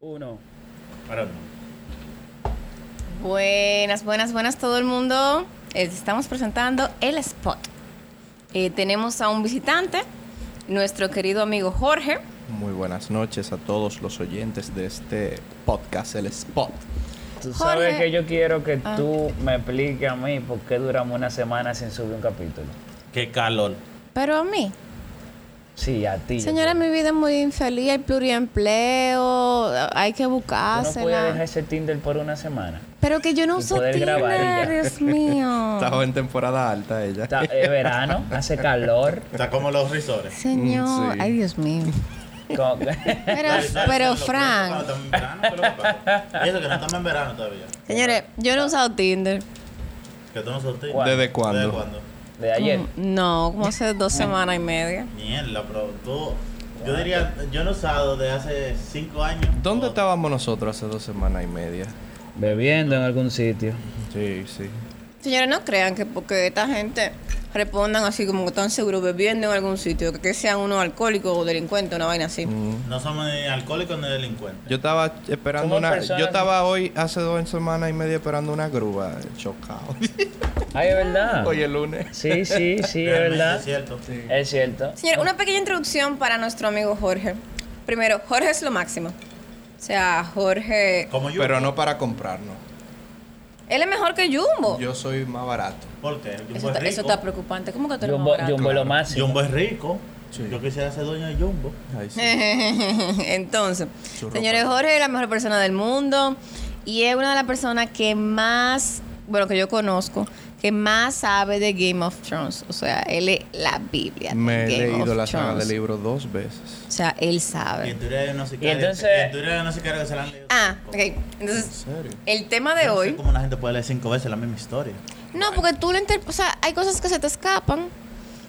Uno. Buenas, buenas, buenas todo el mundo. Eh, Estamos presentando el spot. Eh, tenemos a un visitante, nuestro querido amigo Jorge. Muy buenas noches a todos los oyentes de este podcast, el Spot. Tú Jorge. sabes que yo quiero que Ah. tú me expliques a mí por qué duramos una semana sin subir un capítulo. Qué calor. Pero a mí, Sí, a ti. yo señora, creo. mi vida es muy infeliz, hay pluriempleo, hay que Tú no puedes dejar buscársela. ese Tinder por una semana. Pero que yo no y uso poder grabar y Tinder, ya. Dios mío. Estaba en temporada alta ella. Está, es verano, hace calor. Está como los risores. Señor, Mm, sí. ay Dios mío. Como- Pero, pero Frank, Estamos en verano, ¿qué es lo que pasa? Y eso que no estamos en verano todavía. señores, yo no he usado Tinder. Que tú no sorteas. ¿Cuándo? ¿Desde cuándo? ¿Desde cuándo? De ayer. No, como hace dos semanas y media. Mierda, pero tú. Yo diría, yo no he usado de hace cinco años. ¿Dónde O- estábamos nosotros hace dos semanas y media? Bebiendo en algún sitio. Sí, sí. Señores, no crean que porque esta gente respondan así como que están seguros bebiendo en algún sitio, que sean unos alcohólicos o delincuentes, una vaina así. Mm. No somos ni alcohólicos ni delincuentes. Yo estaba esperando Somos una... personas- Yo estaba hoy, hace dos semanas y media, esperando una grúa. eh, Chocado. Ay, es verdad. hoy el lunes. Sí, sí, sí, es Realmente verdad. Es cierto. Es cierto. Señores, una pequeña introducción para nuestro amigo Jorge. Primero, Jorge es lo máximo. O sea, Jorge... Como yo. Pero no para comprarnos. Él es mejor que Jumbo. Yo soy más barato. ¿Por qué? Eso Jumbo está, es eso rico. está preocupante. ¿Cómo que tú eres más Jumbo, barato? Jumbo es lo máximo. Jumbo es rico. Sí. Yo quisiera ser dueño de Jumbo. Ay, sí. Eh, Entonces, Su ropa. señores, Jorge es la mejor persona del mundo y es una de las personas que más, bueno, que yo conozco, que más sabe de Game of Thrones. O sea, él es la Biblia. de Me he Game leído of la saga Thrones. del libro dos veces. O sea, él Y en sabe. teoría no sé Y entonces- En teoría no sé qué que se la han leído. Ah, ok. ¿En Entonces, serio? el tema de Yo no sé hoy. ¿Cómo una gente puede leer cinco veces la misma historia? No, porque tú le inter- O sea, hay cosas que se te escapan.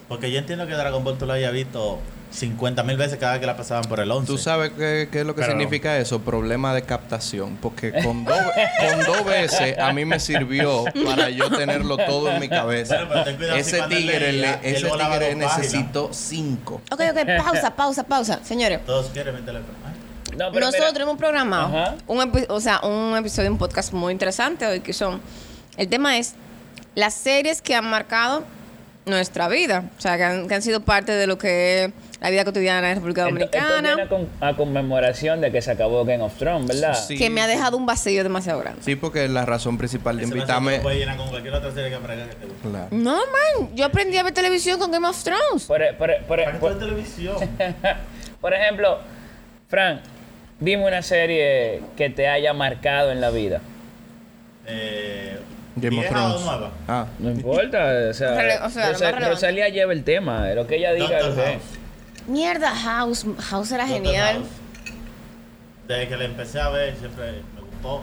Porque yo entiendo que Dragon Ball tú lo habías visto 50 mil veces cada vez que la pasaban por el 11. ¿Tú sabes qué, qué es lo que Pero- significa eso? Problema de captación. Porque con dos con dos veces a mí me sirvió para yo tenerlo todo en mi cabeza. Bueno, pero ten cuidado si Ese cuando él tigre, leía, le- él ese volaba tigre dos páginas. necesitó cinco. Ok, ok, pausa, pausa, pausa. Señores, Todos quieren ¿eh? mi teléfono. Ay, No, Ah, pero Nosotros mira, hemos programado Ajá. un, epi- o sea, un episodio, un podcast muy interesante hoy que son. El tema es las series que han marcado nuestra vida, o sea, que han, que han sido parte de lo que es la vida cotidiana de la República esto- esto viene a Dominicana, con- a conmemoración de que se acabó Game of Thrones, ¿verdad? Sí. que me ha dejado un vacío demasiado grande. Sí, porque la razón principal de ese invitarme. vaso Puede llenar con cualquier otra serie que aparezca que te guste. Claro. No, man, yo aprendí a ver televisión con Game of Thrones. Por, e- por e- por e- ¿Para qué tú por- ves televisión? por ejemplo, Frank, dime una serie que te haya marcado en la vida. eh, Game of ¿vieja Thrones. o nueva? Ah, No importa, o sea, Rele- o sea, lo más Rosa- relevante. Rosalía lleva el tema, lo que ella diga. Doctor lo que- House. Mierda, House, House era Doctor Ah, genial. House. Desde que la empecé a ver siempre me gustó. Me gustó.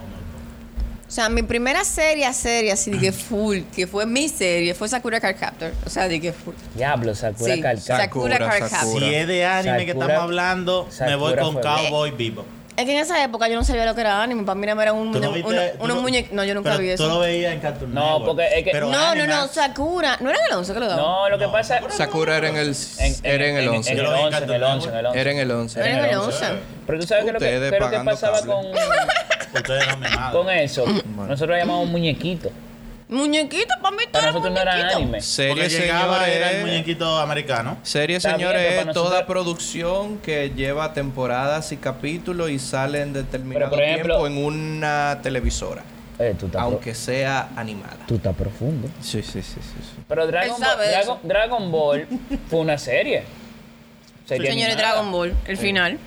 O sea, mi primera serie, serie así de que full, que fue mi serie, fue Sakura Card Captor, o sea, de que full. Diablo, Sakura Sí, Card Captor. Sakura Sakura, Card Captor. Sakura. Si es de anime que Sakura- estamos hablando, me voy Sakura con fue- Cowboy Bebop. Es que en esa época yo no sabía lo que era anime. Para mí era un, ¿Tú muñe- no viste? uno- tú unos no- muñe- No, yo nunca pero vi Tú lo eso. veías en Cartoon No, Network. porque es que- Pero No, no, anime- no, Sakura. ¿No era Alonso que lo daba? No, lo que pasa es. Sakura era en el, era en el 11. En el Yo lo vi en 11, en el 11, en el 11. Era en el 11. Era en el Era 11. Pero tú sabes que lo que, Ustedes pero que pagando pasaba cable. con, Ustedes no me nada. con eso. Nosotros lo llamamos muñequito. Muñequito, para mí todo Para era nosotros no eran muñequito. anime. Serie, Porque llegaba, era el señores. muñequito americano. Serie, Está bien, señores, pero es para toda nosotros- producción que lleva temporadas y capítulos y sale en Pero, determinado por ejemplo- tiempo en una televisora, Eh, tú estás pro- aunque sea animada. tú estás profundo. Sí, sí, sí, sí. sí. Pero Dragon, Él sabe Ball, de Dragon, Dragon Ball fue una serie. Serie Señores, animada. Dragon Ball, el final.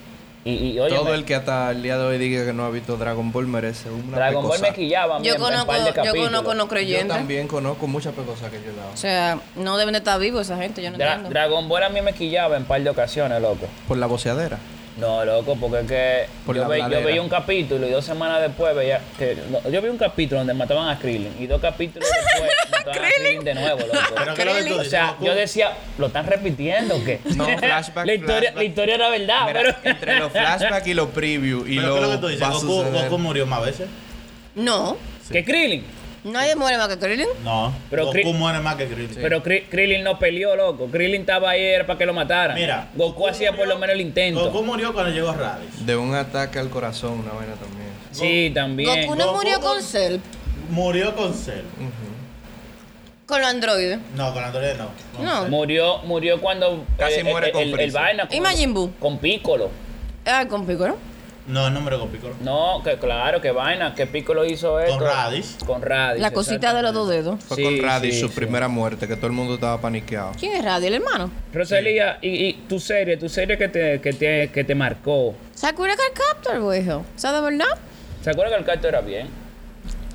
Y, y oye, Todo el que hasta el día de hoy diga que no ha visto Dragon Ball merece una Dragon Ball pecosa. me quillaba. a mí Yo en- en par conozco, de yo capítulos. conozco no Yo creyentes. también conozco muchas cosas que yo he dado. O sea, no deben de estar vivos esa gente, yo no Dra- entiendo. Dragon Ball a mí me quillaba en par de ocasiones, loco. Por la voceadera. No, loco, porque es que Por yo, la ve- yo habladera. veía un capítulo y dos semanas después veía que no, yo vi un capítulo donde mataban a Krillin y dos capítulos después mataban a Krillin de nuevo, loco. Pero que lo que tú O dices, sea, Goku, yo decía, ¿lo están repitiendo o qué? No, flashback, la, historia, la flashback. historia era verdad, Mira, Ah, pero... entre los flashbacks y los previews y Pero ¿qué es lo que tú los dices? va a Goku, suceder. Goku murió más veces. No, ¿Qué Krillin? Nadie muere más que Krillin. No, Pero Goku Cri- muere más que Krillin. Pero Kri- Krillin no peleó, loco. Krillin estaba ahí era para que lo mataran. Mira, Goku, hacía por lo menos el intento. Goku murió cuando llegó Raditz. De un ataque al corazón, una vaina también. sí, también. Goku no Goku murió con- con Cell, Murió con Cell. con los androides. No, con Android no. Con No. Cell. Murió, murió cuando Casi muere el, con el- el Freezer. vaina con, ¿Y Majin Buu? con Piccolo. Ah, con Piccolo. No, no murió con Piccolo. No, que claro, que vaina, que Piccolo hizo esto. Con Raditz. Con Raditz. La cosita de los dos dedos. Fue Sí, con Raditz sí, su sí. primera muerte, que todo el mundo estaba paniqueado. ¿Quién es Radio? El hermano. Rosalía, y, y tu serie, tu serie que te, que te, que te marcó. Sakura Card Captor, güey. O sea, de verdad. ¿Se acuerdan que el carto era bien?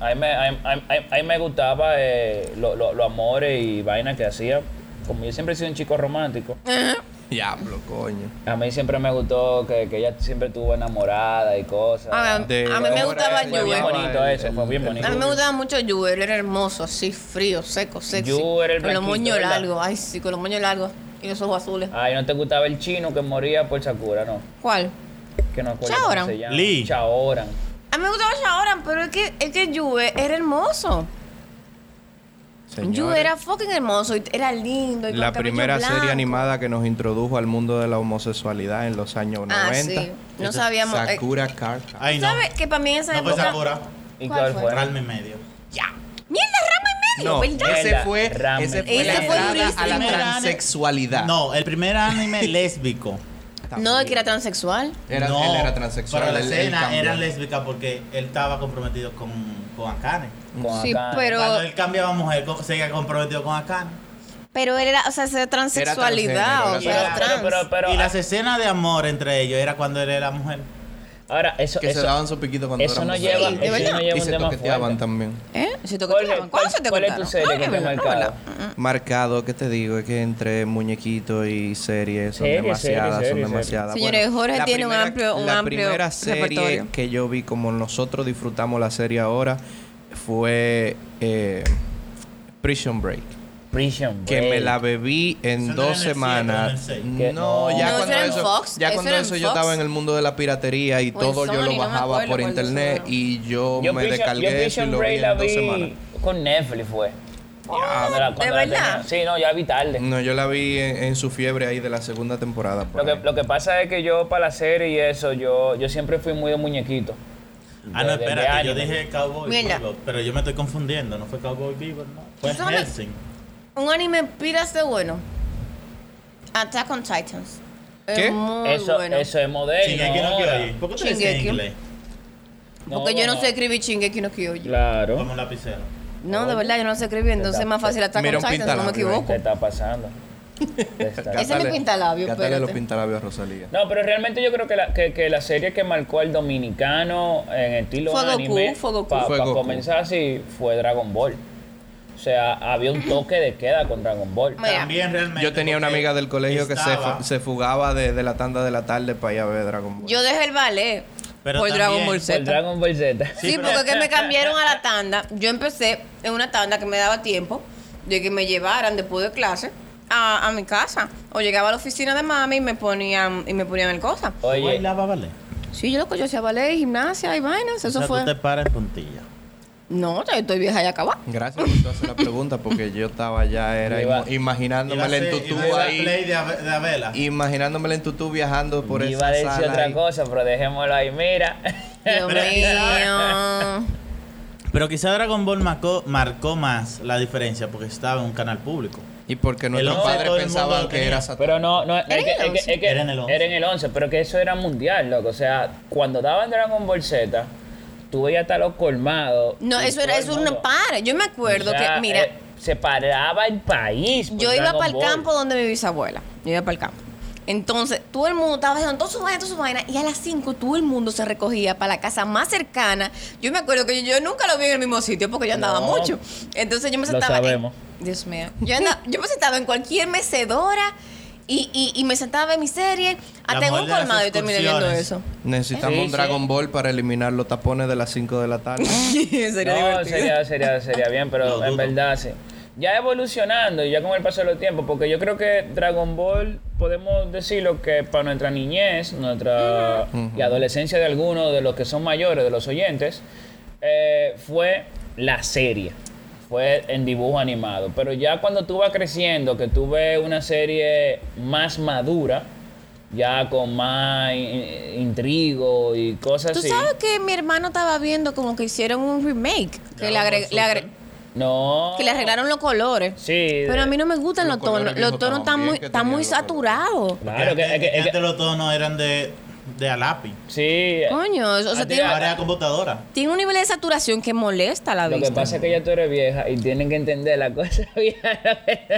A mí me, a mí- a mí- a mí me gustaba eh, lo- lo- los amores y vainas que hacía. Como yo siempre he sido un chico romántico, Eh. Diablo, coño. a mí siempre me gustó que, que ella siempre estuvo enamorada y cosas. A ver, De- a mí me ahora gustaba se Fue bien llamaba Juve. bonito eso, fue bien bonito. A mí me gustaba mucho Juve, él era hermoso, así, frío, seco, sexy. Yu era el con los blanquito, moños ¿verdad? largos, ay, sí, con los moños largos y los ojos azules. Ay, ¿no te gustaba el chino que moría por Sakura? No, ¿Cuál? que no acuerdo Chaoran. cómo se llama. Lee. Chaoran. A mí me gustaba Shaoran, pero es que, es que Juve era hermoso. Juve Señores, era fucking hermoso, y era lindo. Y con la cabello primera serie blanco. animada que nos introdujo al mundo de la homosexualidad en los años 90. Ah, sí. No sabíamos. eh, Sakura Card Ah, Captor. Ay, no. ¿Sabes que para mí en esa No fue época. Sakura. ¿Y ¿Cuál cuál fue? fue? Ralme medio. ¡Ya! ¡Mierda, rama en medio! No, ¿Verdad? ese fue, Ramen. ese fue la Ese fue entrada a la durísimo. transexualidad. No, el primer anime lésbico. No, es que era transexual. Era, no, él era transexual. Pero la él- él escena cambió. era lésbica porque él estaba comprometido con, con Akane. Con Sí, Akane. pero- Cuando él cambiaba a mujer, co- seguía comprometido con Akane. Pero él era, o sea, esa transexualidad, transgénero, o Pero- sea, era era trans. pero, pero, pero- y las escenas de amor entre ellos era cuando él era mujer. ahora, eso, Que se eso, daban su piquito cuando eso eran no mujeres. lleva, Sí, de eso verdad. no lleva Y un se tema toqueteaban fuerte. también. ¿Eh? Si te ¿Cuál es- cortaban. ¿Cuándo se te cuál es tu cortaron? serie que te ha marcado? Marcado, ¿qué te digo? Es que entre muñequitos y series son Serie, demasiadas, serie, serie, son demasiadas. serie. Señores, Jorge la tiene un primera- amplio- un La amplio primera serie repertorio. que yo vi como nosotros disfrutamos la serie ahora fue eh, Prison Break. Prison Que me Break. la bebí Eso en no era en dos el siete, semanas. era en el seis. Que- No, ya No, eso cuando era en eso, Fox, ya eso cuando era en eso yo Fox. estaba en el mundo de la piratería y O en todo yo Sony, no lo me bajaba acuerdo por cuál de esos internet era. y Yo yo, me Prison- yo descargué eso y Prison lo vi Break la en dos vi semanas. con Netflix fue. Cuando la- cuando Ah, ¿De la verdad? tenía- Sí, no, ya vi tarde. No, yo la vi en, en su fiebre ahí de la segunda temporada. por Lo que, ahí. lo que pasa es que yo para la serie y eso, yo, yo siempre fui muy de muñequito. De- Ah, no, de- de espérate, yo anime. dije Cowboy Mira. Bebop, pero yo me estoy confundiendo, no fue Cowboy Bebop, no. Fue Eso me- Helsing. Un anime piras de bueno. Attack on Titans. Es ¿Qué? muy Eso, Ah, bueno. eso es moderno. Shingeki no ahora. Kyojin. ¿Por qué ustedes dicen Shingeki. inglés? Porque yo no sé escribir Shingeki no Kyojin. Claro. Como un lapicero. No, de verdad, yo no sé escribir, entonces es más fácil Attack Mira on un Titans, no me pintalabio, ¿Qué equivoco. está pasando? Te está- Ese es mi pintalabios, Cátale los espérate. pintalabios a Rosalía. No, pero realmente yo creo que la, que, que la serie que marcó al dominicano en estilo Fue Goku, anime fue Goku. para Fue Goku. comenzar así fue Dragon Ball. O sea, había un toque de queda con Dragon Ball. Mira. También realmente. Yo tenía una porque amiga del colegio que se, estaba- fu- se fugaba de, de la tanda de la tarde para ir a ver Dragon Ball. Yo dejé el ballet Pero por Dragon también- Ball Por Z. Dragon Ball Z. Sí, Sí, pero- porque que me cambiaron a la tanda. Yo empecé en una tanda que me daba tiempo de que me llevaran después de clase a, a mi casa. O llegaba a la oficina de mami y me ponían, y me ponían el cosa. ¿Tú Oye, bailabas ballet? Sí, yo lo que yo hacía ballet, gimnasia y vainas, O eso sea, fue. tú te paras en puntilla. No, yo estoy vieja y acabada. Gracias por tú hacer la pregunta porque yo estaba ya era Iba- im- imaginándome Iba a en ser- tu iba a tubo ser ahí. play de, Ave- de Abela. Imaginándomela en tu tubo viajando por iba a esa decir sala. otra ahí. cosa, pero dejémoslo ahí. Mira. Dios mío. Pero quizá Dragon Ball marcó, marcó más la diferencia porque estaba en un canal público. Y porque nuestros once todo padres el mundo pensaban lo que tenía. era Satanás. Pero no, no, es Era en que, el es que- es 11. que Era en el 11. era en el 11, pero que eso era mundial, loco. O sea, cuando daban Dragon Ball Z, tú veías hasta los colmados. No, y eso todo era, el eso mundo. no para. Yo me acuerdo O sea, que, mira, eh, pues se paraba el país. por yo iba Dragon para el Ball. campo donde mi bisabuela. Yo iba para el campo. Entonces, todo el mundo estaba haciendo toda su vaina, toda su vaina, y a las 5 todo el mundo se recogía para la casa más cercana. Yo me acuerdo que yo, yo nunca lo vi en el mismo sitio porque yo andaba No. mucho. Entonces yo me Lo sentaba. en- sabemos. Dios mío. Yo, andaba- yo me sentaba en cualquier mecedora y, y, y me sentaba en mi serie. Hasta en mujer un de las colmado y terminé viendo excursiones. eso. Necesitamos Sí, un Dragon sí. Ball para eliminar los tapones de las 5 de la tarde. Sería no, divertido. Sería, sería, sería bien, pero Lo en dudo. verdad sí. Ya evolucionando y ya con el paso de los tiempos, porque yo creo que Dragon Ball, podemos decirlo que para nuestra niñez, nuestra y adolescencia de algunos de los que son mayores, de los oyentes, eh, fue la serie. Fue en dibujo animado. Pero ya cuando tú vas creciendo, que tú ves una serie más madura, ya con más in- intrigo y cosas Tú así. sabes que mi hermano estaba viendo como que hicieron un remake, que le, agre- le agre- No. que le arreglaron los colores. Sí. Pero a mí no me gustan Oh. Los los tonos. colores Los viejos tonos están estaban bien, muy, que están tenían muy los colores. saturados. Claro, que, que- que- antes los tonos eran de, de a lápiz. sí. Coño, o sea, Antes tiene, Ahora es a computadora. tiene un nivel de saturación que molesta la Lo que vista. pasa es que ya tú eres vieja y tienen que entender la cosa vieja.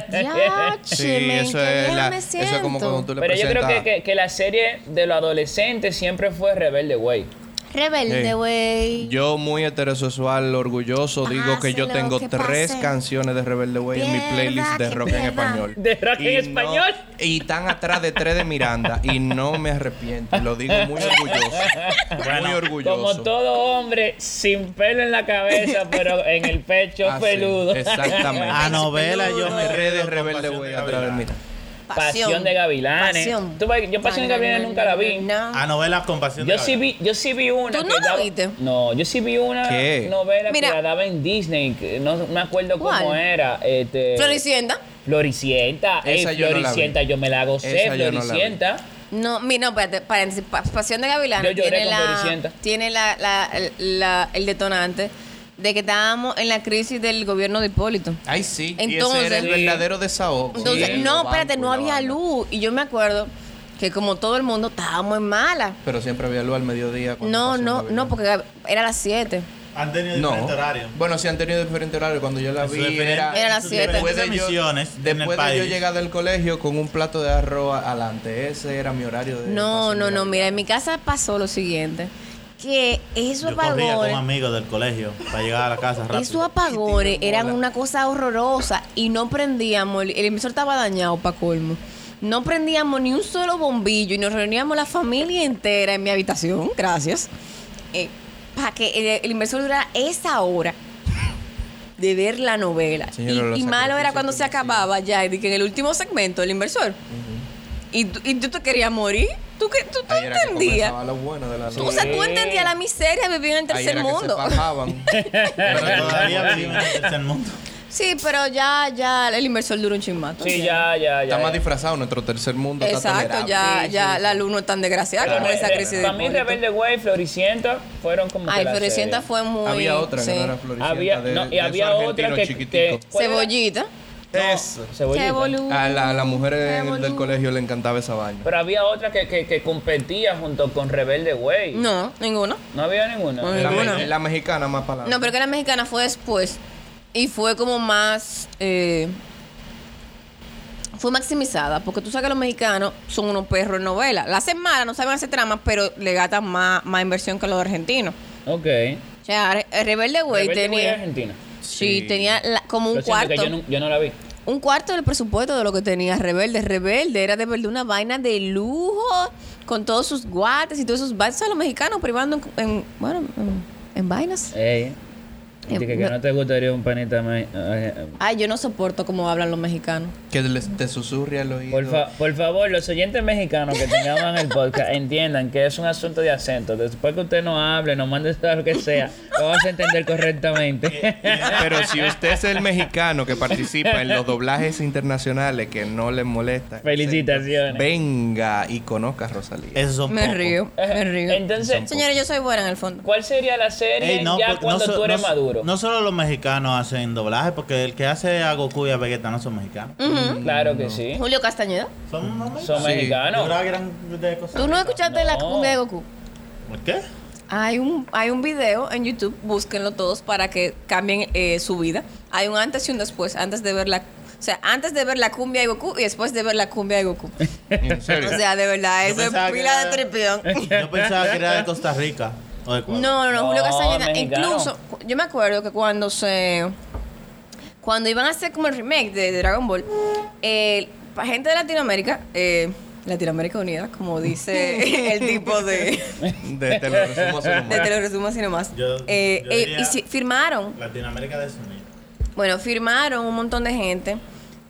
Ya, Sí, eso es, la- eso es como cuando tú le Pero yo presentas. creo que, que- que la serie de los adolescentes siempre fue Rebelde Way. Rebelde, Ey. güey. Yo muy heterosexual, orgulloso, digo que yo Hazlo, tengo que tres pase. canciones de Rebelde Way en mi Pierda, playlist de que rock en pierda. español. ¿De rock en no- español? y tan atrás de tres de Miranda y no me arrepiento, lo digo muy orgulloso. muy orgulloso. Como todo hombre, sin pelo en la cabeza, pero en el pecho Así, peludo. Exactamente. A novela yo me Redes quedo con Rebelde Pasión Way de atrás de Gavilanes. Miranda. Pasión, de Gavilanes. Pasión. Tú ves, yo Pasión de Na, na, Gavilanes na, nunca na, la vi. na, na. A novelas con pasión Yo de sí, Gavilanes. vi, yo sí vi una. ¿Tú que no la daba- viste? No, yo sí vi una ¿Qué? novela Mira. que la daba en Disney. que No, no me acuerdo cómo ¿Cuál? era. Este, Floricienta. Floricienta. Ey, Esa yo no la vi. Floricienta, yo me la gocé. Esa yo no la vi. Floricienta. No, mira, no, espérate, paréntesis, Pa- Pasión de Yo Gavilanes lloré tiene, con la, Floricienta. tiene la, la- la- el detonante de que estábamos en la crisis del gobierno de Hipólito. Ay, sí. y ese Entonces- era el verdadero desahogo. Entonces, Sí, el no, banco espérate, y no la había vaina. luz. Y yo me acuerdo que como todo el mundo estábamos en mala. Pero siempre había luz al mediodía. cuando No, pasó no, Navidad. no, porque era las 7. Han tenido No. diferentes horarios. Bueno, sí han tenido diferentes horarios. Cuando yo la Eso vi, depende- era. Era las eso siete. depende Después de, de misiones yo, en el después de yo país. llegar del colegio con un plato de arroz a- adelante. Ese era mi horario de. No, pasión no, de no, Navidad. mira, en mi casa pasó lo siguiente. Que esos Yo corría con apagones, amigos del colegio para llegar a la casa rápido. esos apagones Tira eran bola. una cosa horrorosa y no prendíamos, el, el emisor estaba dañado para colmo. No prendíamos ni un solo bombillo y nos reuníamos la familia entera en mi habitación, gracias, para que el, el emisor durara esa hora de ver la novela. Señora, Y- los y malo era sacrificios cuando que se hacía. acababa ya, y de que en el último segmento, el inversor. Y, tú- y tú te querías morir, tú, que, tú, tú Ahí era que entendías. comenzaba lo bueno de la O sea, tú Sí. entendías la miseria de vivir en el Ahí tercer era que se mundo. fajaban. Pero Era que todavía se vivimos en el tercer mundo. Sí, pero ya, ya el inversor dura un chismato. Sí, ya, ya, ya. Está ya. más disfrazado nuestro tercer mundo. está Exacto, tolerable. ya, Sí, ya la luz no es tan desgraciada Pero como re- esa re- crisis de Para mí, Hipólito. Rebelde Way, Floricienta fueron como. que Ay, la Floricienta serie. fue muy... Había otra sí. que no era floreciente. Había, de, no, de y esos había otra argentinos que. que chiquiticos. ¿cuál era? Cebollita. Eso. Cebollita. Cebolu- A la, a la mujer en- Cebolu- del colegio le encantaba esa vaina. Pero había otra que, que, que competía junto con Rebelde Way. No, ninguna. No había ninguna. No, La, ninguna. me- la mexicana más palabra. No, pero que la mexicana fue después. Y fue como más. eh, fue maximizada. Porque tú sabes que los mexicanos son unos perros en novela. La hacen mala, no saben hacer tramas, pero le gastan más, más inversión que los argentinos. Ok. O sea, Re- Rebelde Güey Rebelde Way tenía. Argentina. Sí, Sí. tenía la- como un Lo siento que cuarto. yo, no, yo no la vi. Un cuarto del presupuesto de lo que tenía Rebelde. Rebelde era de verdad una vaina de lujo. Con todos sus guates y todos esos vainas. ¿Sabes? Los mexicanos privando en. en- bueno, en- en vainas. Ey. Eh, Dije que no- no te gustaría un panita más. eh, eh, Ay, yo no soporto cómo hablan los mexicanos. Que les- te susurre al oído. Por, fa- por favor, los oyentes mexicanos que tengamos el podcast entiendan que es un asunto de acento. Después que usted nos hable, nos mande todo lo que sea, lo vamos a entender correctamente. Pero si usted es el mexicano que participa en los doblajes internacionales que no le molesta. Felicitaciones. Venga y conozca a Rosalía. Esos son Me pocos. río, me Eh, río. Entonces, Señores, yo soy buena en el fondo. ¿cuál sería la serie Ey, no, ya porque no cuando so- tú eres no- maduro? No solo los mexicanos hacen doblaje, porque el que hace a Goku y a Vegeta no son mexicanos. Mm. claro que sí. Julio Castañeda. Son unos Son mexicanos. Sí. Yo mexicanos. creo que eran de Costa ¿Tú no Rica. escuchaste la No. cumbia de Goku? ¿Por qué? Hay un, hay un video en YouTube, búsquenlo todos para que cambien eh, su vida. Hay un antes y un después, antes de ver la... O sea, antes de ver la cumbia de Goku y después de ver la cumbia de Goku. En serio. O sea, de verdad, Yo eso es pensaba que pila era- de tripión. Yo pensaba que era de Costa Rica. O de Ecuador. No, no, no, Julio No, Castañeda. mexicano. Incluso, cu- yo me acuerdo que cuando se. Cuando iban a hacer como el remake de, de Dragon Ball, eh, pa- gente de Latinoamérica, eh, Latinoamérica Unida, como dice el tipo de. De- te lo resumo así nomás. de te lo resumo así nomás. Yo- Eh, yo eh, diría- y si- firmaron, Latinoamérica de Sonido. bueno, firmaron un montón de gente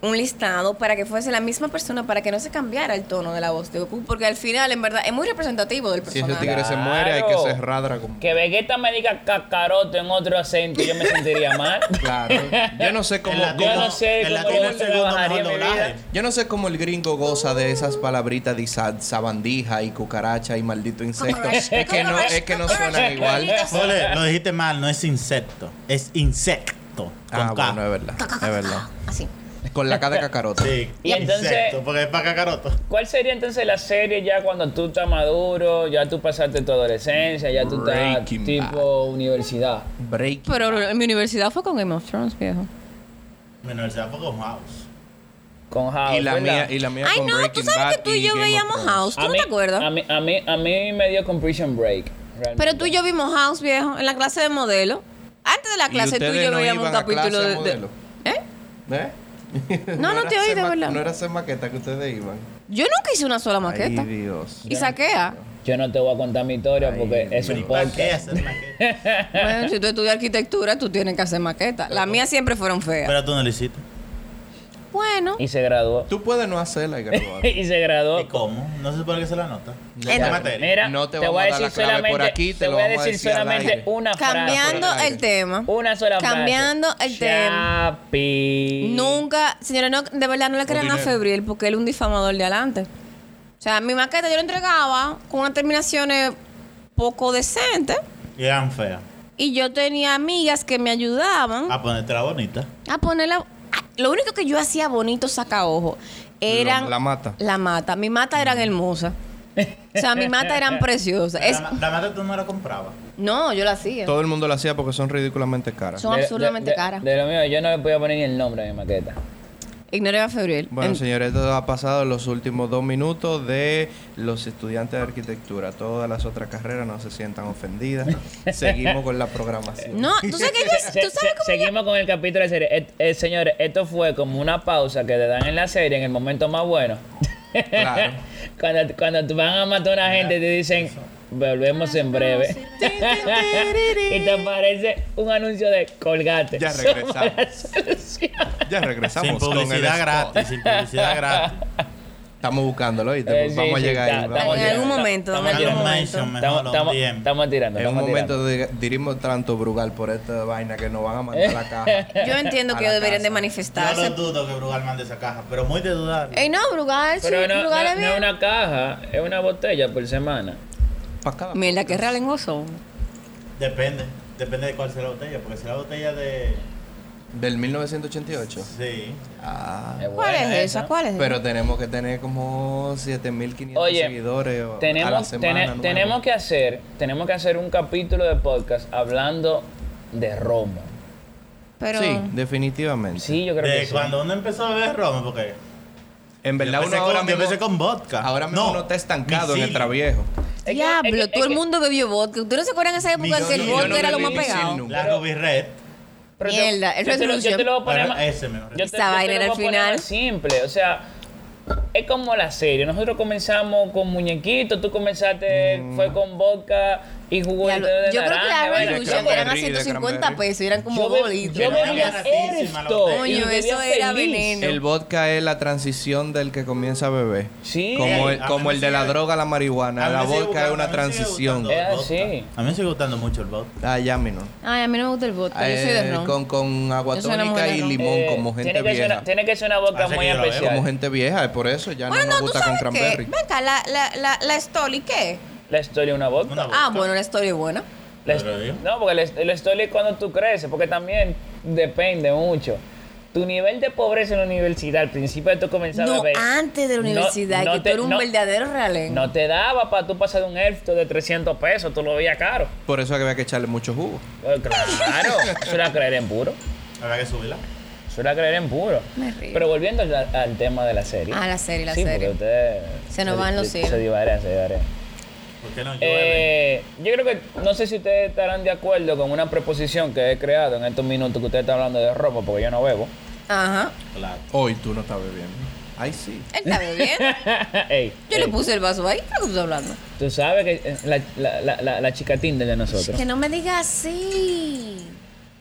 un listado para que fuese la misma persona, para que no se cambiara el tono de la voz de Goku, porque al final, en verdad, es muy representativo del Si ese personaje. tigre se muere, hay que Claro. cerrar Dragon Ball. Que Vegeta me diga cacaroto en otro acento, yo me sentiría mal. Claro. Yo no sé cómo, En latino- cómo- Yo no sé en cómo latino yo el segundo trabajaría mejor en mi doblaje. vida. yo no sé cómo el gringo goza de esas palabritas de sa- sabandija y cucaracha y maldito insecto. Es que no, es que no suenan igual. Ole, lo dijiste mal, no es insecto, es insecto. Ah, con K. bueno, es verdad. Es verdad. Así. Con la K de cacaroto. Sí, Y entonces- insecto, porque es para cacaroto. ¿Cuál sería entonces la serie ya cuando tú estás maduro, ya tú pasaste tu adolescencia, ya tú estás Breaking tipo universidad? Break. Pero en mi universidad fue con Game of Thrones, viejo. Bueno, el sapo con House. Con House. Y la ¿verdad? mía, y la mía Ay, con no, tú Breaking sabes que Bad tú y yo Game of veíamos Thrones. House, ¿tú A no mí- te acuerdas? A mí, a, mí, a mí me dio con Prison Break. realmente. Pero tú y yo vimos House, viejo, en la clase de modelo. Antes de la ¿Y clase, tú y ustedes yo no veíamos un iban a clase capítulo de de, de- modelo? ¿Eh? ¿Eh? No, no era te oí, hacer de ma- verdad. No era esa maqueta que ustedes iban. Yo nunca hice una sola maqueta. Ay, Dios. y saquea. Yo no te voy a contar mi historia Ay, porque es un pero ¿Para podcast. qué hacer maqueta? Bueno, si tú estudias arquitectura, tú tienes que hacer maqueta. Las mías siempre fueron feas. Pero tú no lo hiciste. Bueno, Y se graduó. Tú puedes no hacerla y graduar. y se ¿Y graduó. cómo? No se supone que se la nota. No. La Entonces- materia. Mira, No te te, vamos voy a a dar decir la clave solamente, por aquí, te te lo voy a vamos a decir decir al solamente aire. una frase. cambiando fuera del el aire. Oh, tema. Una sola frase. Cambiando el tema. Chapi. Nunca, señora, no, de verdad no le crean a dinero. Febril porque él es un difamador de adelante. O sea, mi maqueta yo la entregaba con unas terminaciones poco decentes Y eran feas. Ah, y yo tenía amigas que me ayudaban A ponértela bonita. a ponerla. Ah, Lo único que yo hacía bonito saca ojo eran Lo- la mata. Mm. La mata. Mi mata eran hermosas. O sea, mi mata eran preciosas. Es- La, ma- la mata tú no la comprabas. no, yo la hacía. Todo el mundo la hacía porque son ridículamente caras. Son absurdamente de- caras. De lo mío, yo no le podía poner ni el nombre a mi maqueta. Ignoré a Febril. Bueno, En- señores, esto ha pasado en los últimos dos minutos de los estudiantes de arquitectura. Todas las otras carreras no se sientan ofendidas. Seguimos con la programación. No, tú sabes que yo- Se- tú sabes se- seguimos con el capítulo de serie. Et- eh, señores, esto fue como una pausa que te dan en la serie en el momento más bueno. Claro. cuando, cuando te van a matar a una gente, te dicen, volvemos en breve. y te aparece un anuncio de colgate. Ya Somos regresamos. la solución. Ya regresamos sin con el publicidad spot. gratis, sin publicidad gratis. Estamos buscándolo, ¿oíste? Eh, sí, Vamos sí, a llegar está- estamos ahí. vamos a En llegar. algún tirando, momento, en estamos algún tirando. momento. mention, mejor Estamos, los estamos- DM. estamos tirando. En un estamos tirando. momento de- dirimos tanto Brugal por esta vaina que nos van a mandar a la caja. Yo entiendo A que la deberían de casa. Yo manifestarse. lo dudo que Brugal mande esa caja, pero muy de dudar. Ey, no, Brugal, sí, Pero no, no- Brugal es no bien. es una caja, es una botella por semana. Pa' cada- Mierda, qué realengoso. Depende, depende de cuál sea la botella, porque si es la botella de. Del 1988. Sí. Ah. Es ¿Cuál buena es esa? ¿Cuál es Pero tenemos que tener como 7500 Oye, seguidores o- a la Tenemos, semana. tene- nueva. tenemos que hacer, tenemos que hacer un capítulo de podcast hablando de Roma. Pero Sí, definitivamente. Sí, yo creo que De sí. cuando uno empezó a beber romo, porque. En yo verdad uno empecé con- ahora yo mismo, empecé con vodka. ahora mismo No, uno está estancado en misil. el traviejo. Es que- Diablo, es que- todo es el que- mundo bebió vodka. ¿Ustedes no se acuerdan de esa época en que el Millones- vodka era lo más millones de pegado? misil, La Ruby Red. pero te- Mierda, el yo te lo- Yo te lo voy a poner Pero más- ese mejor. yo te- Esa yo te lo vaina voy era a el poner final. más simple, o sea, es como la serie. Nosotros comenzamos con muñequitos, tú comenzaste, Mm. fue con Boca y jugó Diablo, el dedo de Yo creo que naranja, la vaina. Revolution Cranberry, eran a de 150 Cranberry. pesos y eran como Yo, ve- bolitos. yo Era veía baratísima la esto. botella. y Coño, bebía eso era feliz. veneno. El vodka es la transición del que comienza a beber. Sí. Como el, A mí como me el de la sigue- droga a la marihuana. A mí La me sigue vodka es gustando- a una mí me sigue transición. gustando el Es así. vodka. A mí me sigue gustando mucho el vodka. Ah, ya, mi no. Ay, a mí no me gusta el vodka. Yo soy de Eh, ron. con, con agua Yo soy una tónica mujer y de ron. limón, Eh, como gente tiene que vieja. Ser una, tiene que ser una boca Hace muy que yo la vea. especial. como gente vieja, es por eso ya Bueno, no nos no, tú gusta con sabes qué. cranberry. Venga, la, la, la, la Stoli, ¿qué? La historia es una boca. Una Ah, bueno, la Stoli es buena. La Pero hist- digo. no, porque la, hist- la historia es cuando tú creces, porque también depende mucho. Tu nivel de pobreza en la universidad, al principio tú comenzabas a No, ver. antes de la no- universidad, no que te- tú eras un no- verdadero realengo. No te daba para tú pasar de un elfto de 300 pesos, tú lo veías caro. Por eso es que había que echarle mucho jugo. Eh, Claro, eso era creer en puro. Habrá que subirla. Eso era creer en puro. Me río. Pero volviendo al, al tema de la serie. Ah, la serie, la Sí, porque serie. ustedes Se nos van los se- hilos. Se divaren, se divaren. ¿Por qué no llueve? Eh, yo creo que no sé si ustedes estarán de acuerdo con una preposición que he creado en estos minutos que ustedes están hablando de ropa, porque yo no bebo. Ajá. Claro. Hoy tú no estás bebiendo. Ay, sí. Él está bebiendo. Ey, Yo ey, le puse el vaso ahí. ¿Qué es lo que tú estás hablando? Tú sabes que eh, la, la, la, la, la chica Tinder de nosotros. Que no me digas así.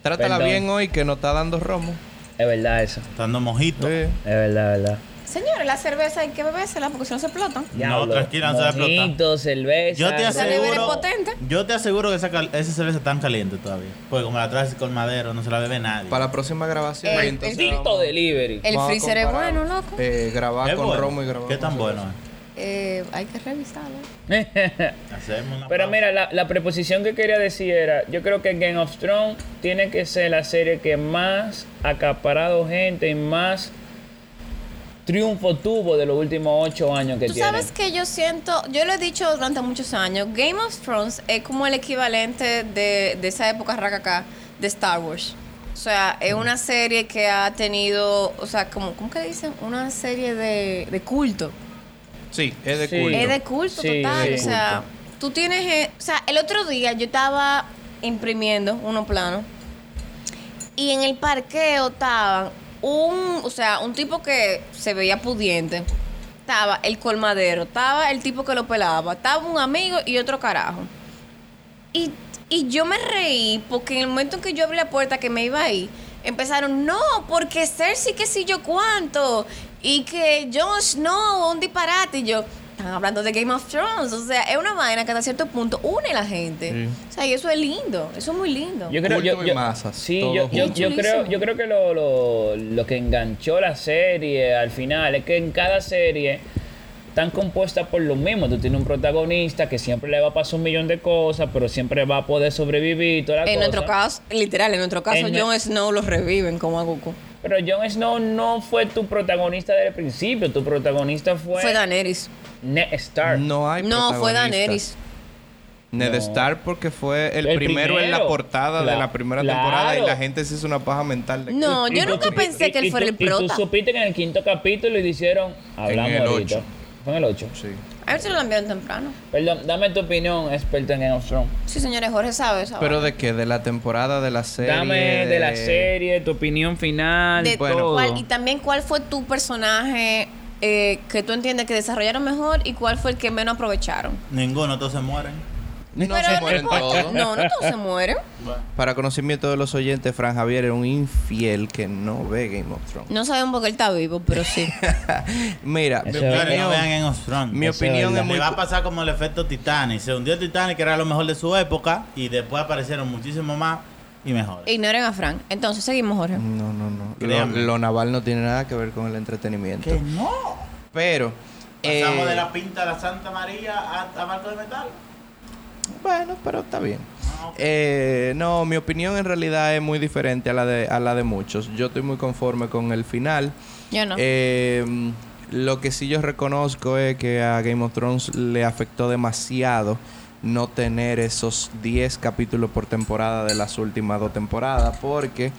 Trátala Perdón. bien hoy que no está dando romo. Eh, Es verdad eso. Dando mojito. Sí. Es verdad, es verdad. Señores, la cerveza hay que bebérsela porque si no se explotan. Diablo, tranquila, no se va a explotar. mojitos, cerveza. Yo te nevera es aseguro. potente. Yo te aseguro que esa, cal- esa cerveza está tan caliente todavía. Porque como la traes con madero, no se la bebe nadie. Para la próxima grabación. Eh, entonces el- vamos- Tito delivery. El vamos a freezer es comparar, bueno, loco. eh, grabar Es con bueno. romo y grabar. ¿Qué con tan bueno cerveza. Eh, hay que revisarlo. Eh. es? Hacemos una Pero pausa. mira, la, la preposición que quería decir era, yo creo que Game of Thrones tiene que ser la serie que más ha acaparado gente y más triunfo tuvo de los últimos ocho años que Tú tiene. sabes que yo siento, yo lo he dicho durante muchos años, Game of Thrones es como el equivalente de, de esa época racacá de Star Wars. O sea, es una serie que ha tenido, o sea, como, ¿cómo que le dicen? Una serie de, de culto. Sí, es de Sí. culto. Es de culto Sí, total. de o sea, tú tienes. eh, O sea, el otro día yo estaba imprimiendo unos planos. Y en el parqueo estaban un. O sea, un tipo que se veía pudiente. Estaba el colmadero. Estaba el tipo que lo pelaba. Estaba un amigo y otro carajo. Y, y yo me reí porque en el momento en que yo abrí la puerta que me iba ahí, empezaron, no, porque Cersei que sí yo cuánto, y que Jon Snow, un disparate, y yo, están hablando de Game of Thrones, o sea, es una vaina que hasta cierto punto une a la gente. Sí. O sea, y eso es lindo, eso es muy lindo. Yo creo, Culto yo, y yo- masas, sí, todo yo, yo- junto. yo creo, yo creo que lo, lo- lo que enganchó la serie al final es que en cada serie están compuestas por lo mismo. Tú tienes un protagonista que siempre le va a pasar un millón de cosas, pero siempre va a poder sobrevivir y toda la cosa. en nuestro caso, literal, en nuestro caso, En- Jon Snow los reviven como a Goku. Pero Jon Snow no fue tu protagonista desde el principio. Tu protagonista fue, Fue Daenerys. Ned Stark. No hay No, fue protagonista. Daenerys. Ned No. Stark porque fue el, El primero, en la primero. portada de Cla- la primera claro. temporada y la gente se hizo una paja mental de que- No, Y yo tú nunca supiste- pensé que y- él y fuera tú- el Y tú prota. supiste que en el quinto capítulo le hicieron... Hablamos el ahorita. ocho. Fue en el 8. Sí. A ver si lo enviaron temprano. Perdón, dame tu opinión, experto en Game of Thrones. Sí, señores, Jorge sabe esa Pero vaina. de qué, de la temporada, de la serie. Dame de la serie, tu opinión final, de Bueno. todo. cuál- y también cuál fue tu personaje eh, que tú entiendes que desarrollaron mejor y cuál fue el que menos aprovecharon. Ninguno, todos se mueren. No Pero se mueren importa. todos. No, no todos se mueren. Para conocimiento de los oyentes, Fran Javier era un infiel que no ve Game of Thrones. No sabemos que él está vivo, pero sí. Mira, mi Eso es Claro, no vean opinión, en Ostron. mi Eso es opinión verdad. es Le muy... va a pasar como el efecto Titanic. Se hundió el Titanic, que era lo mejor de su época, y después aparecieron muchísimo más y mejores. Ignoren a Frank. Entonces seguimos, Jorge. No, no, no. Lo, Créame. lo naval no tiene nada que ver con el entretenimiento. Que no. Pero... Pasamos eh, de la pinta de la Santa María a, a Barco de Metal. Bueno, pero está bien. Ah, ok. Eh, no, mi opinión en realidad es muy diferente a la de, a la de muchos. Yo estoy muy conforme con el final. Yo no. Eh, lo que sí yo reconozco es que a Game of Thrones le afectó demasiado no tener esos 10 capítulos por temporada de las últimas dos temporadas porque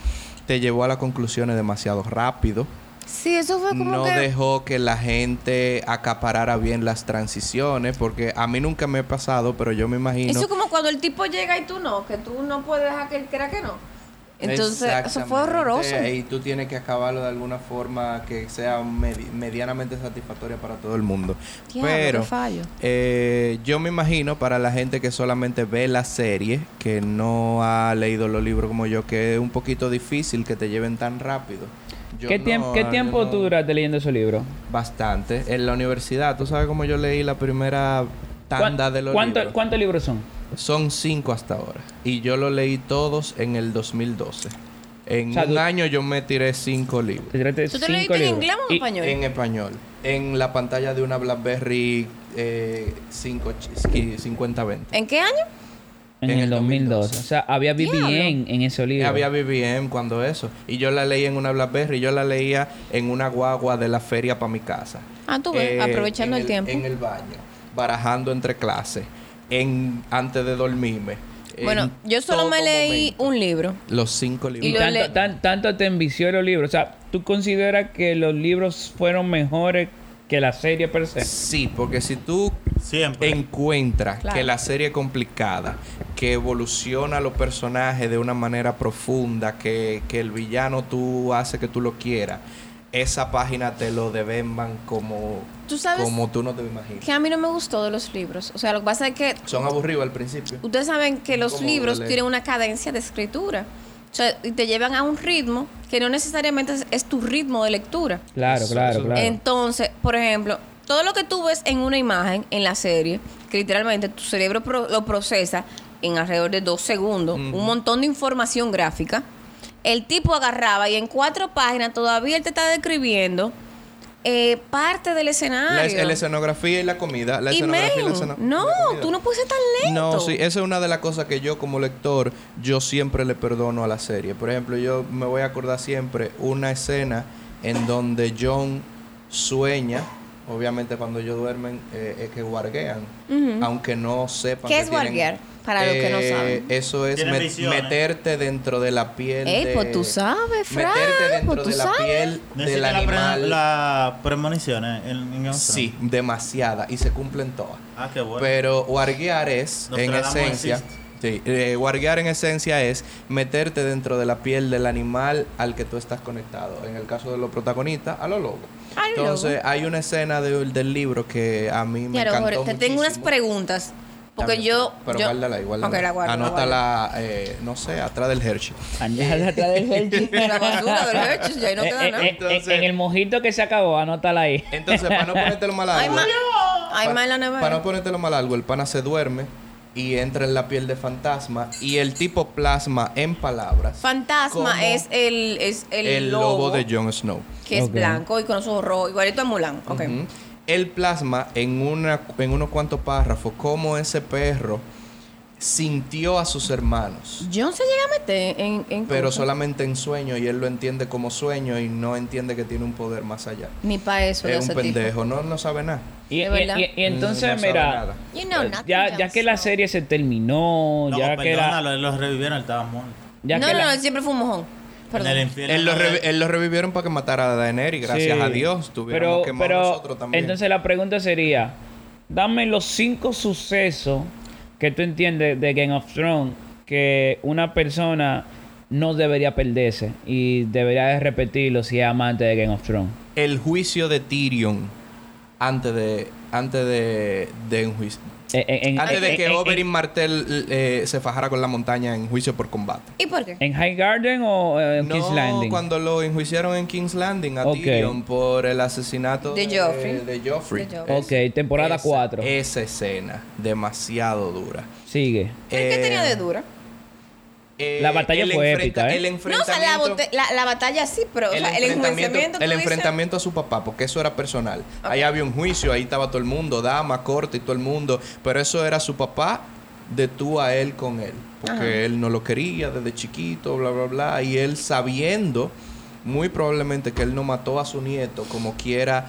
te llevó a las conclusiones demasiado rápido. sí, eso fue como No que... dejó que la gente acaparara bien las transiciones porque a mí nunca me ha pasado, pero yo me imagino... Eso es como cuando el tipo llega y tú no, que tú no puedes dejar que él crea que no. Entonces, eso fue Exactamente. horroroso. Y tú tienes que acabarlo de alguna forma que sea medi- medianamente satisfactoria para todo el mundo. Diablo, Pero qué fallo. eh, yo me imagino para la gente que solamente ve la serie, que no ha leído los libros como yo, que es un poquito difícil que te lleven tan rápido. Yo ¿Qué, no, tiemp- qué yo tiempo no- tú duraste leyendo ese libro? Bastante. En la universidad, tú sabes cómo yo leí la primera tanda ¿Cuán- de los cuánto- libros. ¿Cuántos libros son? Son cinco hasta ahora. Y yo lo leí todos en el 2012. En O sea, un tú- año yo me tiré cinco libros. Te tiraste ¿Tú te cinco lo leíste en libros. inglés o en Y- español? En español. En la pantalla de una BlackBerry eh, 5 chi- 5020. ¿En qué año? En, el 2012. O sea, había Diablo. BBN en ese libro. Había BBM cuando eso. Y yo la leí en una BlackBerry. Yo la leía en una guagua de la feria para mi casa. Ah, tú ves, Eh, aprovechando en el, tiempo. En el baño. Barajando entre clases. En, antes de dormirme. en bueno, yo solo todo me leí momento. un libro. Los cinco libros. Y lo tanto, le- tan- tanto te envició los libros. O sea, ¿tú consideras que los libros fueron mejores que la serie per se? Sí, porque si tú Siempre. encuentras Claro. que la serie es complicada, que evoluciona a los personajes de una manera profunda, que, que el villano tú hace que tú lo quieras, esa página te lo devenman como, ¿Tú sabes? como tú no te lo imaginas. que a mí no me gustó de los libros. O sea, lo que pasa es que Son aburridos al principio. ustedes saben que los Incómodo de libros leer. tienen una cadencia de escritura. sea, y te llevan a un ritmo que no necesariamente es, es tu ritmo de lectura. Claro, Eso- claro, eso- claro. Entonces, por ejemplo, todo lo que tú ves en una imagen, en la serie, que literalmente tu cerebro pro- lo procesa en alrededor de dos segundos, un montón de información gráfica, el tipo agarraba y en cuatro páginas todavía él te está describiendo eh, parte del escenario. La, es- la escenografía y la comida. La y escenografía y la men, escena- no, la comida. tú no puedes ser tan lento. No, sí, esa es una de las cosas que yo como lector, yo siempre le perdono a la serie. Por ejemplo, yo me voy a acordar siempre una escena en donde John sueña, obviamente cuando ellos duermen eh, es que guarguean, aunque no sepan. ¿Qué que es tienen- Eh, guarguear? Para los que no saben. Eso es Tienen met- visiones. meterte dentro de la piel. Ey, de- pues tú sabes, Fran, Meterte dentro pues tú de la sabes. piel del Necesita la, pre- animal. la premonición eh, en, en Game of Sí, demasiada y se cumplen todas. Thrones. Ah, qué bueno. Pero guarguear es, en Nostradamus esencia, sí, eh, guarguear en esencia es meterte dentro de la piel del animal al que tú estás conectado. En el caso de los protagonistas, a los lobos. A los Entonces, hay una escena de- del libro que a mí me Claro, encantó Jorge, te tengo unas muchísimo. preguntas. Porque También, yo. Pero yo- guárdala, guárdala. Ok, la guardo. la guardo. Anótala, eh, no sé, atrás del Hershey. Añádala atrás del Hershey. De la basura del Hershey's, ya ahí no Eh, queda eh, nada. eh, Entonces- en el mojito que se acabó, anótala ahí. Entonces, para no ponértelo mal Hay algo. más hay pa- más en la nevera. Para no ponértelo mal algo, el pana se duerme y entra en la piel de fantasma y el tipo plasma en palabras. Fantasma cómo es el, es el, el, lobo de Jon Snow. que es Ok. blanco y con los ojos rojos, igualito a Mulan. Ok. Ujú. Él plasma en, una, en unos cuantos párrafos cómo ese perro sintió a sus hermanos. John se llega a meter en. en Pero cosas. solamente en sueño y él lo entiende como sueño y no entiende que tiene un poder más allá. Ni para eso de Es un ese tipo. pendejo, no, no sabe nada. Y, De y- verdad. y- y entonces, Mm, No sabe mira, nada. You know nothing ya, ya else, que la no. serie se terminó, Loco, ya que perdónalo, la... él los revivieron, él estaba muerto. Ya no, que no, la- no, siempre fue un mojón. Perdón. En el infierno. Él lo, no, revi- eh, él lo revivieron para que matara a Daenerys, gracias Sí. a Dios. Tuvieron Pero, que quemar pero nosotros también. entonces la pregunta sería, dame los cinco sucesos que tú entiendes de Game of Thrones que una persona no debería perderse y debería de repetirlo si es amante de Game of Thrones. el juicio de Tyrion antes de antes de, de enjuici- Eh, eh, en- antes de eh, que eh, Oberyn Martell eh, se fajara con la montaña en juicio por combate. ¿Y por qué? ¿En High Garden o eh, en no, King's Landing? cuando lo enjuiciaron en King's Landing a Ok. Tyrion por el asesinato De Joffrey. de Joffrey. De Ok, temporada Esa- eh, 4. Esa escena, demasiado dura. Sigue. ¿Pero ¿Qué Eh, tenía de dura? eh, La batalla el fue enfrenta- épica, ¿eh? el No, No, o sea, la, enfrentamiento- bote- la, la batalla sí, pero o sea, el enfrentamiento. el tú dices- enfrentamiento a su papá, porque eso era personal. Ahí había un juicio, ahí estaba todo el mundo, dama, corte y todo el mundo, pero eso era su papá de tú a él con él, porque él no lo quería desde chiquito, bla, bla, bla, y él sabiendo muy probablemente que él no mató a su nieto como quiera,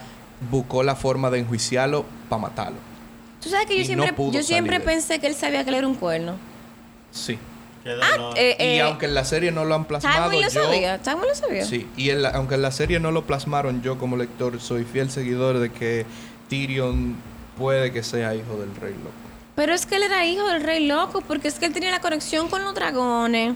buscó la forma de enjuiciarlo para matarlo. Tú sabes que Y yo no siempre, pudo yo siempre salir de ahí. pensé que él sabía que él era un cuerno. Sí. Qué dolor. Eh, Ah, y eh, aunque en la serie no lo han plasmado, Tywin lo yo- sabía. Tywin lo sabía. Sí, y en la- aunque en la serie no lo plasmaron, yo como lector soy fiel seguidor de que Tyrion puede que sea hijo del rey loco. Pero es que él era hijo del rey loco, porque es que él tenía la conexión con los dragones.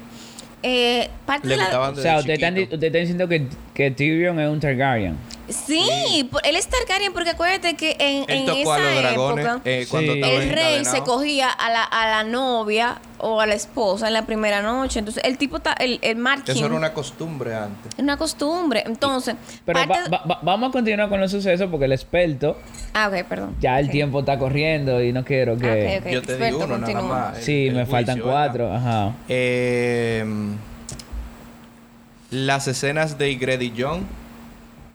Eh, parte Le de la- gustaban O desde sea, ustedes están, di- chiquito. ustedes están diciendo que, que Tyrion es un Targaryen. Sí, por- él es Targaryen, porque acuérdate que en, Él en tocó esa a los dragones época, eh, cuando Sí. estaba el rey se encadenado. cogía a la, a la novia o a la esposa en la primera noche. Entonces, el tipo está, el, el marketing. Eso era una costumbre antes. una costumbre. Entonces, Pero va- parte- va- va- vamos a continuar con los sucesos porque el experto, Ah, ok, perdón. ya el Ok. tiempo está corriendo y no quiero que... Ah, ok, ok. Yo te experto, digo uno nada continúa. más. el- Sí, el me faltan juicio, cuatro, ¿verdad? ajá. Eh, las escenas de Ygritte y John,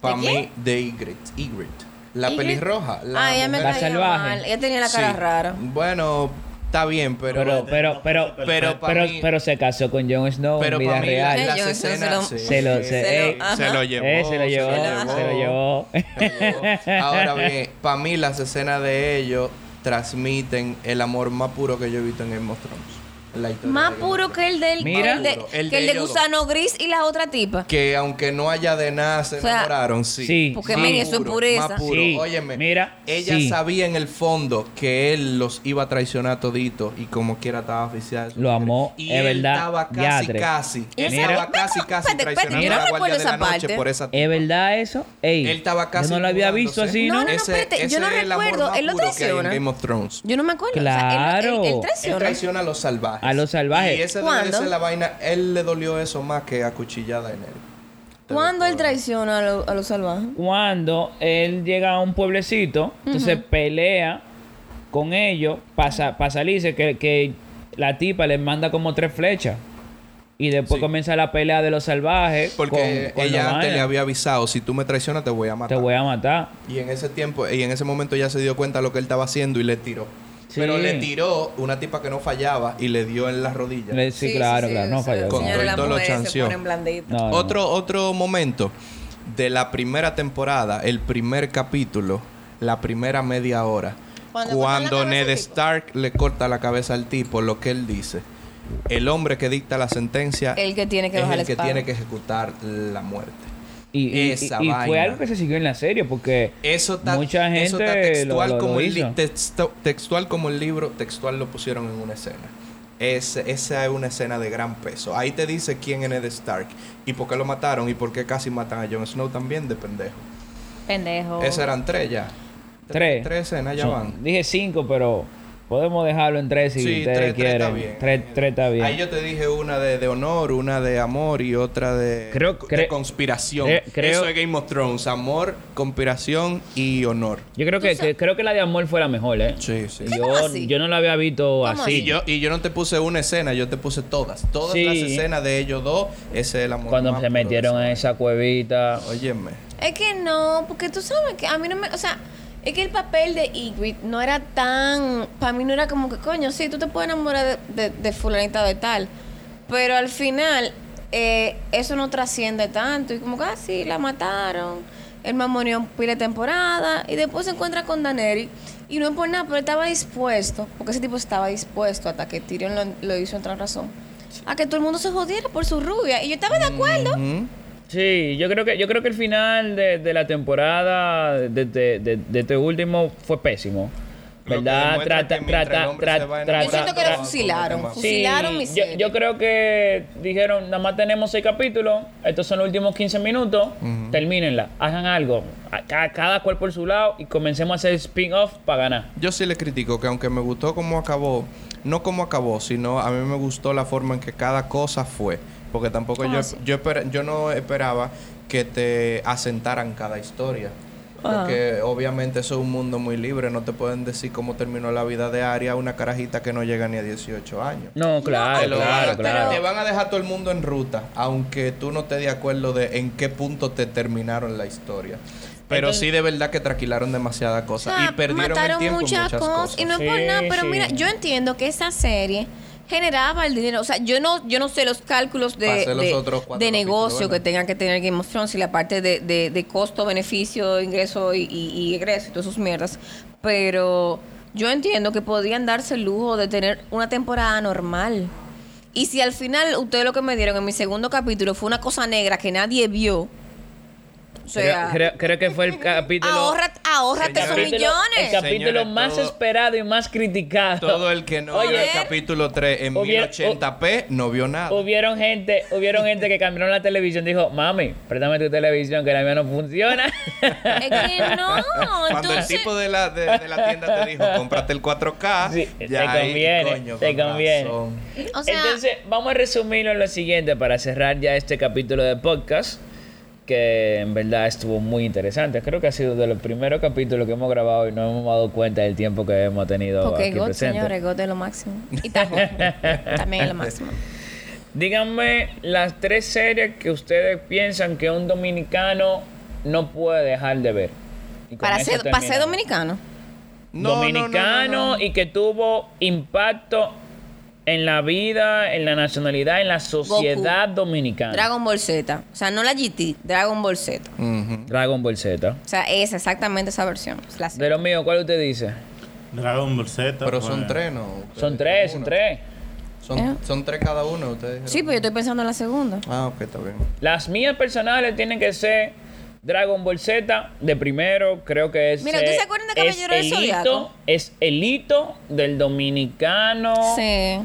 para ¿De quién? mí, de Ygritte. Ygritte. La Ygritte. pelirroja. La ah, ella me mujer- La caía salvaje. mal. Ella tenía la cara Sí. rara. Bueno, está bien, Pero, pero, pero, pero, Pero para pero, mí- se casó con Jon Snow Pero en vida para mí la- real. Eh, las yo- se escenas lo- sí. Se lo- se- se, eh, lo, se lo llevó, Eh, se lo llevó, se lo llevó. se lo llevó. Ahora bien, para mí las escenas de ellos transmiten el amor más puro que yo he visto en Game of Thrones. La historia Más de Game of puro Thrones. que el del Mira. que el Puro. de, El que de el de ellos dos. gusano gris y la otra tipa. que aunque no haya de nada se O sea, enamoraron, sí. sí, Porque, sí. men, eso es Puro, pureza. Más puro. Sí, Óyeme, mira, ella sí. sabía en el fondo que él los iba a traicionar todito y como quiera estaba oficial. Lo amó, y es él verdad, Estaba casi, yadre. casi. Y Él esa- estaba ve casi, cómo- casi espérate, espérate, traicionando yo a no la guardia recuerdo de esa la noche parte. por esa ¿Es verdad eso? Ey, Él estaba casi. yo no lo había visto mudándose. así, No, ¿no? no, no. espérate, yo no es el amor recuerdo, más él lo puro que hay en traiciona. Game of Thrones. Yo no me acuerdo. o sea, él- él- Claro. él Él Él traiciona. traiciona a los salvajes. a los salvajes. Y esa debe de ¿Cuándo? ser la vaina. Él le dolió eso más que a cuchillada en él. Te lo ¿Cuándo él juro. traiciona a, lo- a los salvajes? Cuando él llega a un pueblecito, entonces pelea con ellos para salirse, que, que la tipa les manda como tres flechas. Y después Sí. comienza la pelea de los salvajes. Porque con- con ella los antes le manes. había avisado, si tú me traicionas te voy a Te matar. voy a matar. Y en ese tiempo, y en ese momento ya se dio cuenta lo que él estaba haciendo y le tiró. Sí. Pero le tiró una tipa que no fallaba y le dio en las rodillas. Le- sí, claro, claro. No falló. Con Señora, todo y las todo lo mujeres se chanceó. ponen blanditas. No, no. Otro, otro momento de la primera temporada, el primer capítulo, la primera media hora. Cuando Cuando, le cortan la cabeza Ned al tipo. Stark le corta la cabeza al tipo, lo que él dice. El hombre que dicta la sentencia El que tiene que es bajar el la que espada. tiene que ejecutar la muerte. Y, y- y- Esa y fue vaina. algo que se siguió en la serie porque Eso está, mucha gente eso está lo- textual, lo- lo como el li- hizo. texto- textual como el libro, textual lo pusieron en una escena. Es, esa es una escena de gran peso. Ahí te dice quién es Ned Stark y por qué lo mataron y por qué casi matan a Jon Snow también de pendejo. Pendejo. Esas eran tres ya. Tres. Tres escenas ya son- van. dije cinco, pero podemos dejarlo en tres si Sí, ustedes tres, tres quieren. está bien. Tres- tres está bien. Ahí yo te dije una de, de honor, una de amor y otra de, Creo- de cre- conspiración. cre- creo- Eso es Game of Thrones. Amor, conspiración y honor. Yo creo que, que- creo que la de amor fue la mejor, ¿eh? Sí, sí. Yo, ¿Cómo así? yo no la había visto ¿Cómo así. así? Y yo, y yo no te puse una escena, yo te puse todas. Todas Sí. las escenas de ellos dos, ese es el amor. Cuando más se puro de metieron en esa esa cuevita. vaina. Óyeme. Es que no, porque tú sabes que a mí no me. O sea, es que el papel de Ygritte no era tan. Para mí no era como que, coño, sí, tú te puedes enamorar de, de, de fulanita de tal. Pero al final, eh, eso no trasciende tanto. Y como que, ah, sí, la mataron. El mamoneó pile de temporada. Y después se encuentra con Daneri. Y no es por nada, pero él estaba dispuesto. Porque ese tipo estaba dispuesto hasta que Tyrion lo, lo hizo entrar en razón. A que todo el mundo se jodiera por su rubia. Y yo estaba de acuerdo. Ujú. Sí, yo creo que yo creo que el final de, de la temporada de, de- de- de este último fue pésimo. Lo que ¿Verdad? demuestra Trata, que mientras el trata, hombre se va trata, enamorando, Yo siento que lo trata. fusilaron. Sí, Fusilaron mi yo, serie. yo creo que dijeron, nada más tenemos seis capítulos, estos son los últimos 15 minutos, termínenla, hagan algo, a- ca- cada, cual por su lado y comencemos a hacer spin-off para ganar. Yo sí le critico que aunque me gustó cómo acabó, no cómo acabó, sino a mí me gustó la forma en que cada cosa fue. Porque tampoco Ah, yo, sí. yo, esper- yo no esperaba que te asentaran cada historia. Porque Ah. obviamente eso es un mundo muy libre, no te pueden decir cómo terminó la vida de Aria, una carajita que no llega ni a 18 años. No, claro, Te lo van Ah, claro, a- claro. Te van a dejar todo el mundo en ruta, aunque tú no estés de acuerdo de en qué punto te terminaron la historia. Pero sí de verdad que traquilaron demasiada O cosas sea, Ah, y perdieron el mataron tiempo en muchas, cosas, y no es por Sí, nada, pero sí. mira, yo entiendo que esa serie generaba el dinero, o sea, yo no yo no sé los cálculos de, Pasé los de- otros cuatro de negocio capítulos, que ¿verdad? tengan que tener Game of Thrones y la parte de, de- de costo, beneficio, ingreso y, y- y egreso y todas sus mierdas, pero yo entiendo que podían darse el lujo de tener una temporada normal. Y si al final ustedes lo que me dieron en mi segundo capítulo fue una cosa negra que nadie vio, o sea, creo, creo- creo que fue el capítulo... ahorra, ahórrate esos Señores, capítulo- El millones. capítulo Señores, más todo- esperado y más criticado. Todo el que no Oye, vio el capítulo 3 en hubiera- 1080p no vio nada. Hubieron gente, hubieron gente que cambiaron la televisión, dijo, mami, préstame tu televisión que la mía no funciona. Es que no, Cuando el entonces. tipo de la, de, de la tienda te dijo, cómprate el 4K, Sí, te Ah, ahí, conviene, te con conviene. razón. O sea, Entonces, vamos a resumirlo en lo siguiente para cerrar ya este capítulo de podcast, que en verdad estuvo muy interesante. Creo que ha sido de los primeros capítulos que hemos grabado y no hemos dado cuenta del tiempo que hemos tenido porque aquí God, presente. señores, God es lo máximo. Y Tajo también es lo máximo. Díganme las tres series que ustedes piensan que un dominicano no puede dejar de ver. Y con Para eso ser, para ser terminamos. dominicano. No, no, no, no, dominicano no. y que tuvo impacto en la vida, en la nacionalidad, en la sociedad dominicana. Dragon Ball Z. O sea, no la GT, Dragon Ball Z. Ujú. Dragon Ball Z. O sea, es exactamente esa versión. Es la- De lo mío, ¿cuál usted dice? Dragon Ball Z. Pero son pues. tres, ¿no? Ustedes Son tres, son uno. tres. Son, son tres cada uno, ustedes. Sí, dijeron. pero yo estoy pensando en la segunda. Ah, ok, está bien. Las mías personales tienen que ser Dragon Ball Z de primero, creo que es. Mira, ¿ustedes eh, se acuerdan de Caballero es del el Zodiaco? hito- Es el hito del dominicano. Sí.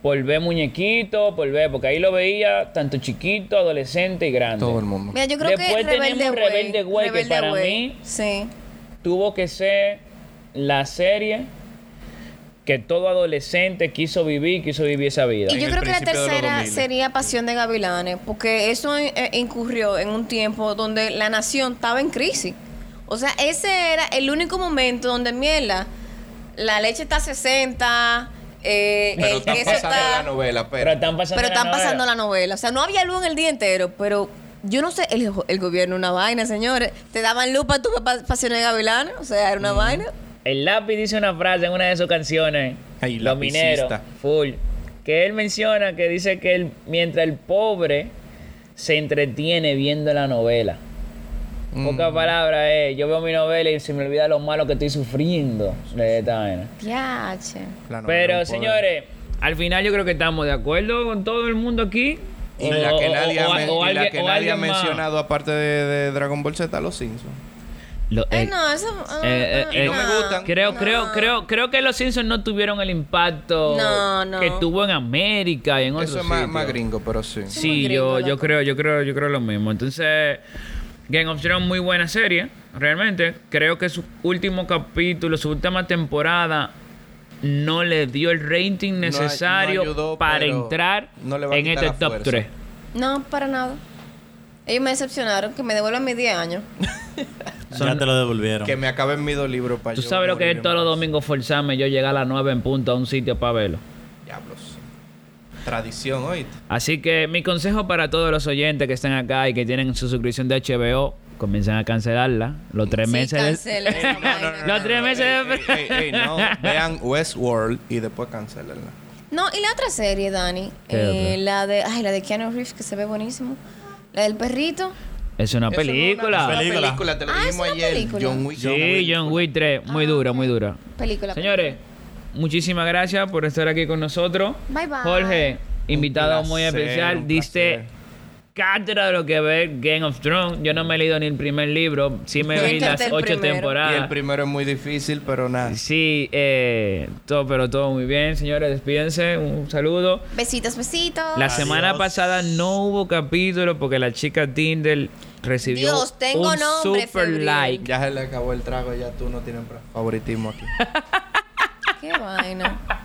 Por ver muñequito, por ver, porque ahí lo veía tanto chiquito, adolescente y grande. Todo el mundo. Mira, yo creo Después que Rebelde tenemos Way. Rebelde Way, que Rebelde para Way. mí- Sí. tuvo que ser la serie que todo adolescente quiso vivir, quiso vivir esa vida. Y yo el creo que la principio de los tercera 2000. sería Pasión de Gavilanes, porque eso eh, incurrió en un tiempo donde la nación estaba en crisis. O sea, ese era el único momento donde, mierda, la leche está a 60, eh, Pero el están queso pasando está... la novela, pero pero... están pasando, pero la están novela. pasando la novela. O sea, no había luz en el día entero, pero yo no sé, el, el gobierno una vaina, señores. Te daban luz para tu pa- Pasión de Gavilanes, o sea, Mm. era una vaina. El lápiz dice una frase en una de sus canciones. Ay, los lapicista. mineros, full. Que él menciona que dice que él, mientras el pobre se entretiene viendo la novela. Mm. Poca palabra es, eh, yo veo mi novela y se me olvida lo malo que estoy sufriendo de esta vaina. Piache. La novela Pero un poder. señores, al final yo creo que estamos de acuerdo con todo el mundo aquí. Y O- la que o- nadie o- ha o- men- o y la alguien- que o nadie ha alguien más. mencionado, aparte de, de Dragon Ball Z, los Simpsons. Lo- Ay, eh, no, eso... ah, eh, ah, eh, no me gustan. Creo, no. creo, creo, creo que los Simpsons no tuvieron el impacto No, no. que tuvo en América y en otros Eso es más, sitios. más gringo, pero sí. es muy Sí, gringo, yo, yo loco. creo, yo creo, yo creo lo mismo. Entonces, Game of Thrones muy buena serie, realmente. Creo que su último capítulo, su última temporada no le dio el rating No ay- no necesario ayudó, para pero entrar no le va a en quitar este la top fuerza. 3. No, para nada. Ellos me decepcionaron, que me devuelvan mis 10 años. Ya te lo devolvieron. Que me acaben mis dos libros para Tú sabes lo que es todos los domingos forzarme yo llegar a las 9 en punto a un sitio para verlo. Diablos. Tradición, oíste. Así que mi consejo para todos los oyentes que están acá y que tienen su suscripción de HBO, comiencen a cancelarla. Los tres Sí, meses. de- cancelen esa vaina. Los tres meses. de- Ey, ey, ey, no, vean Westworld y después cancelenla. No, y la otra serie, Dani. ¿Qué eh, otra? la de. Ay, la de Keanu Reeves, que se ve buenísimo. La del perrito. Es una película. una película. Película. te lo Ah, es dijimos una ayer. película. John Wick. Sí, John Wick 3. Muy dura, muy dura. Película. Señores, muchísimas gracias por estar aquí con nosotros. Bye, bye. Jorge, invitado placer, muy un especial. Diste placer. cátedra de lo que ver Game of Thrones. Yo no me he leído ni el primer libro. Sí me Yo vi intenté las Este el ocho primero. Y el temporadas. primero es muy difícil, pero nada. ah. Sí, eh, todo, pero todo muy bien. Señores, despídense. Un saludo. Besitos, besitos. La semana Adiós. pasada no hubo capítulo porque la chica Tinder recibió Dios, tengo un nombre, super febril. like. Ya se le acabó el trago, ya tú no tienes favoritismo aquí. Qué vaina.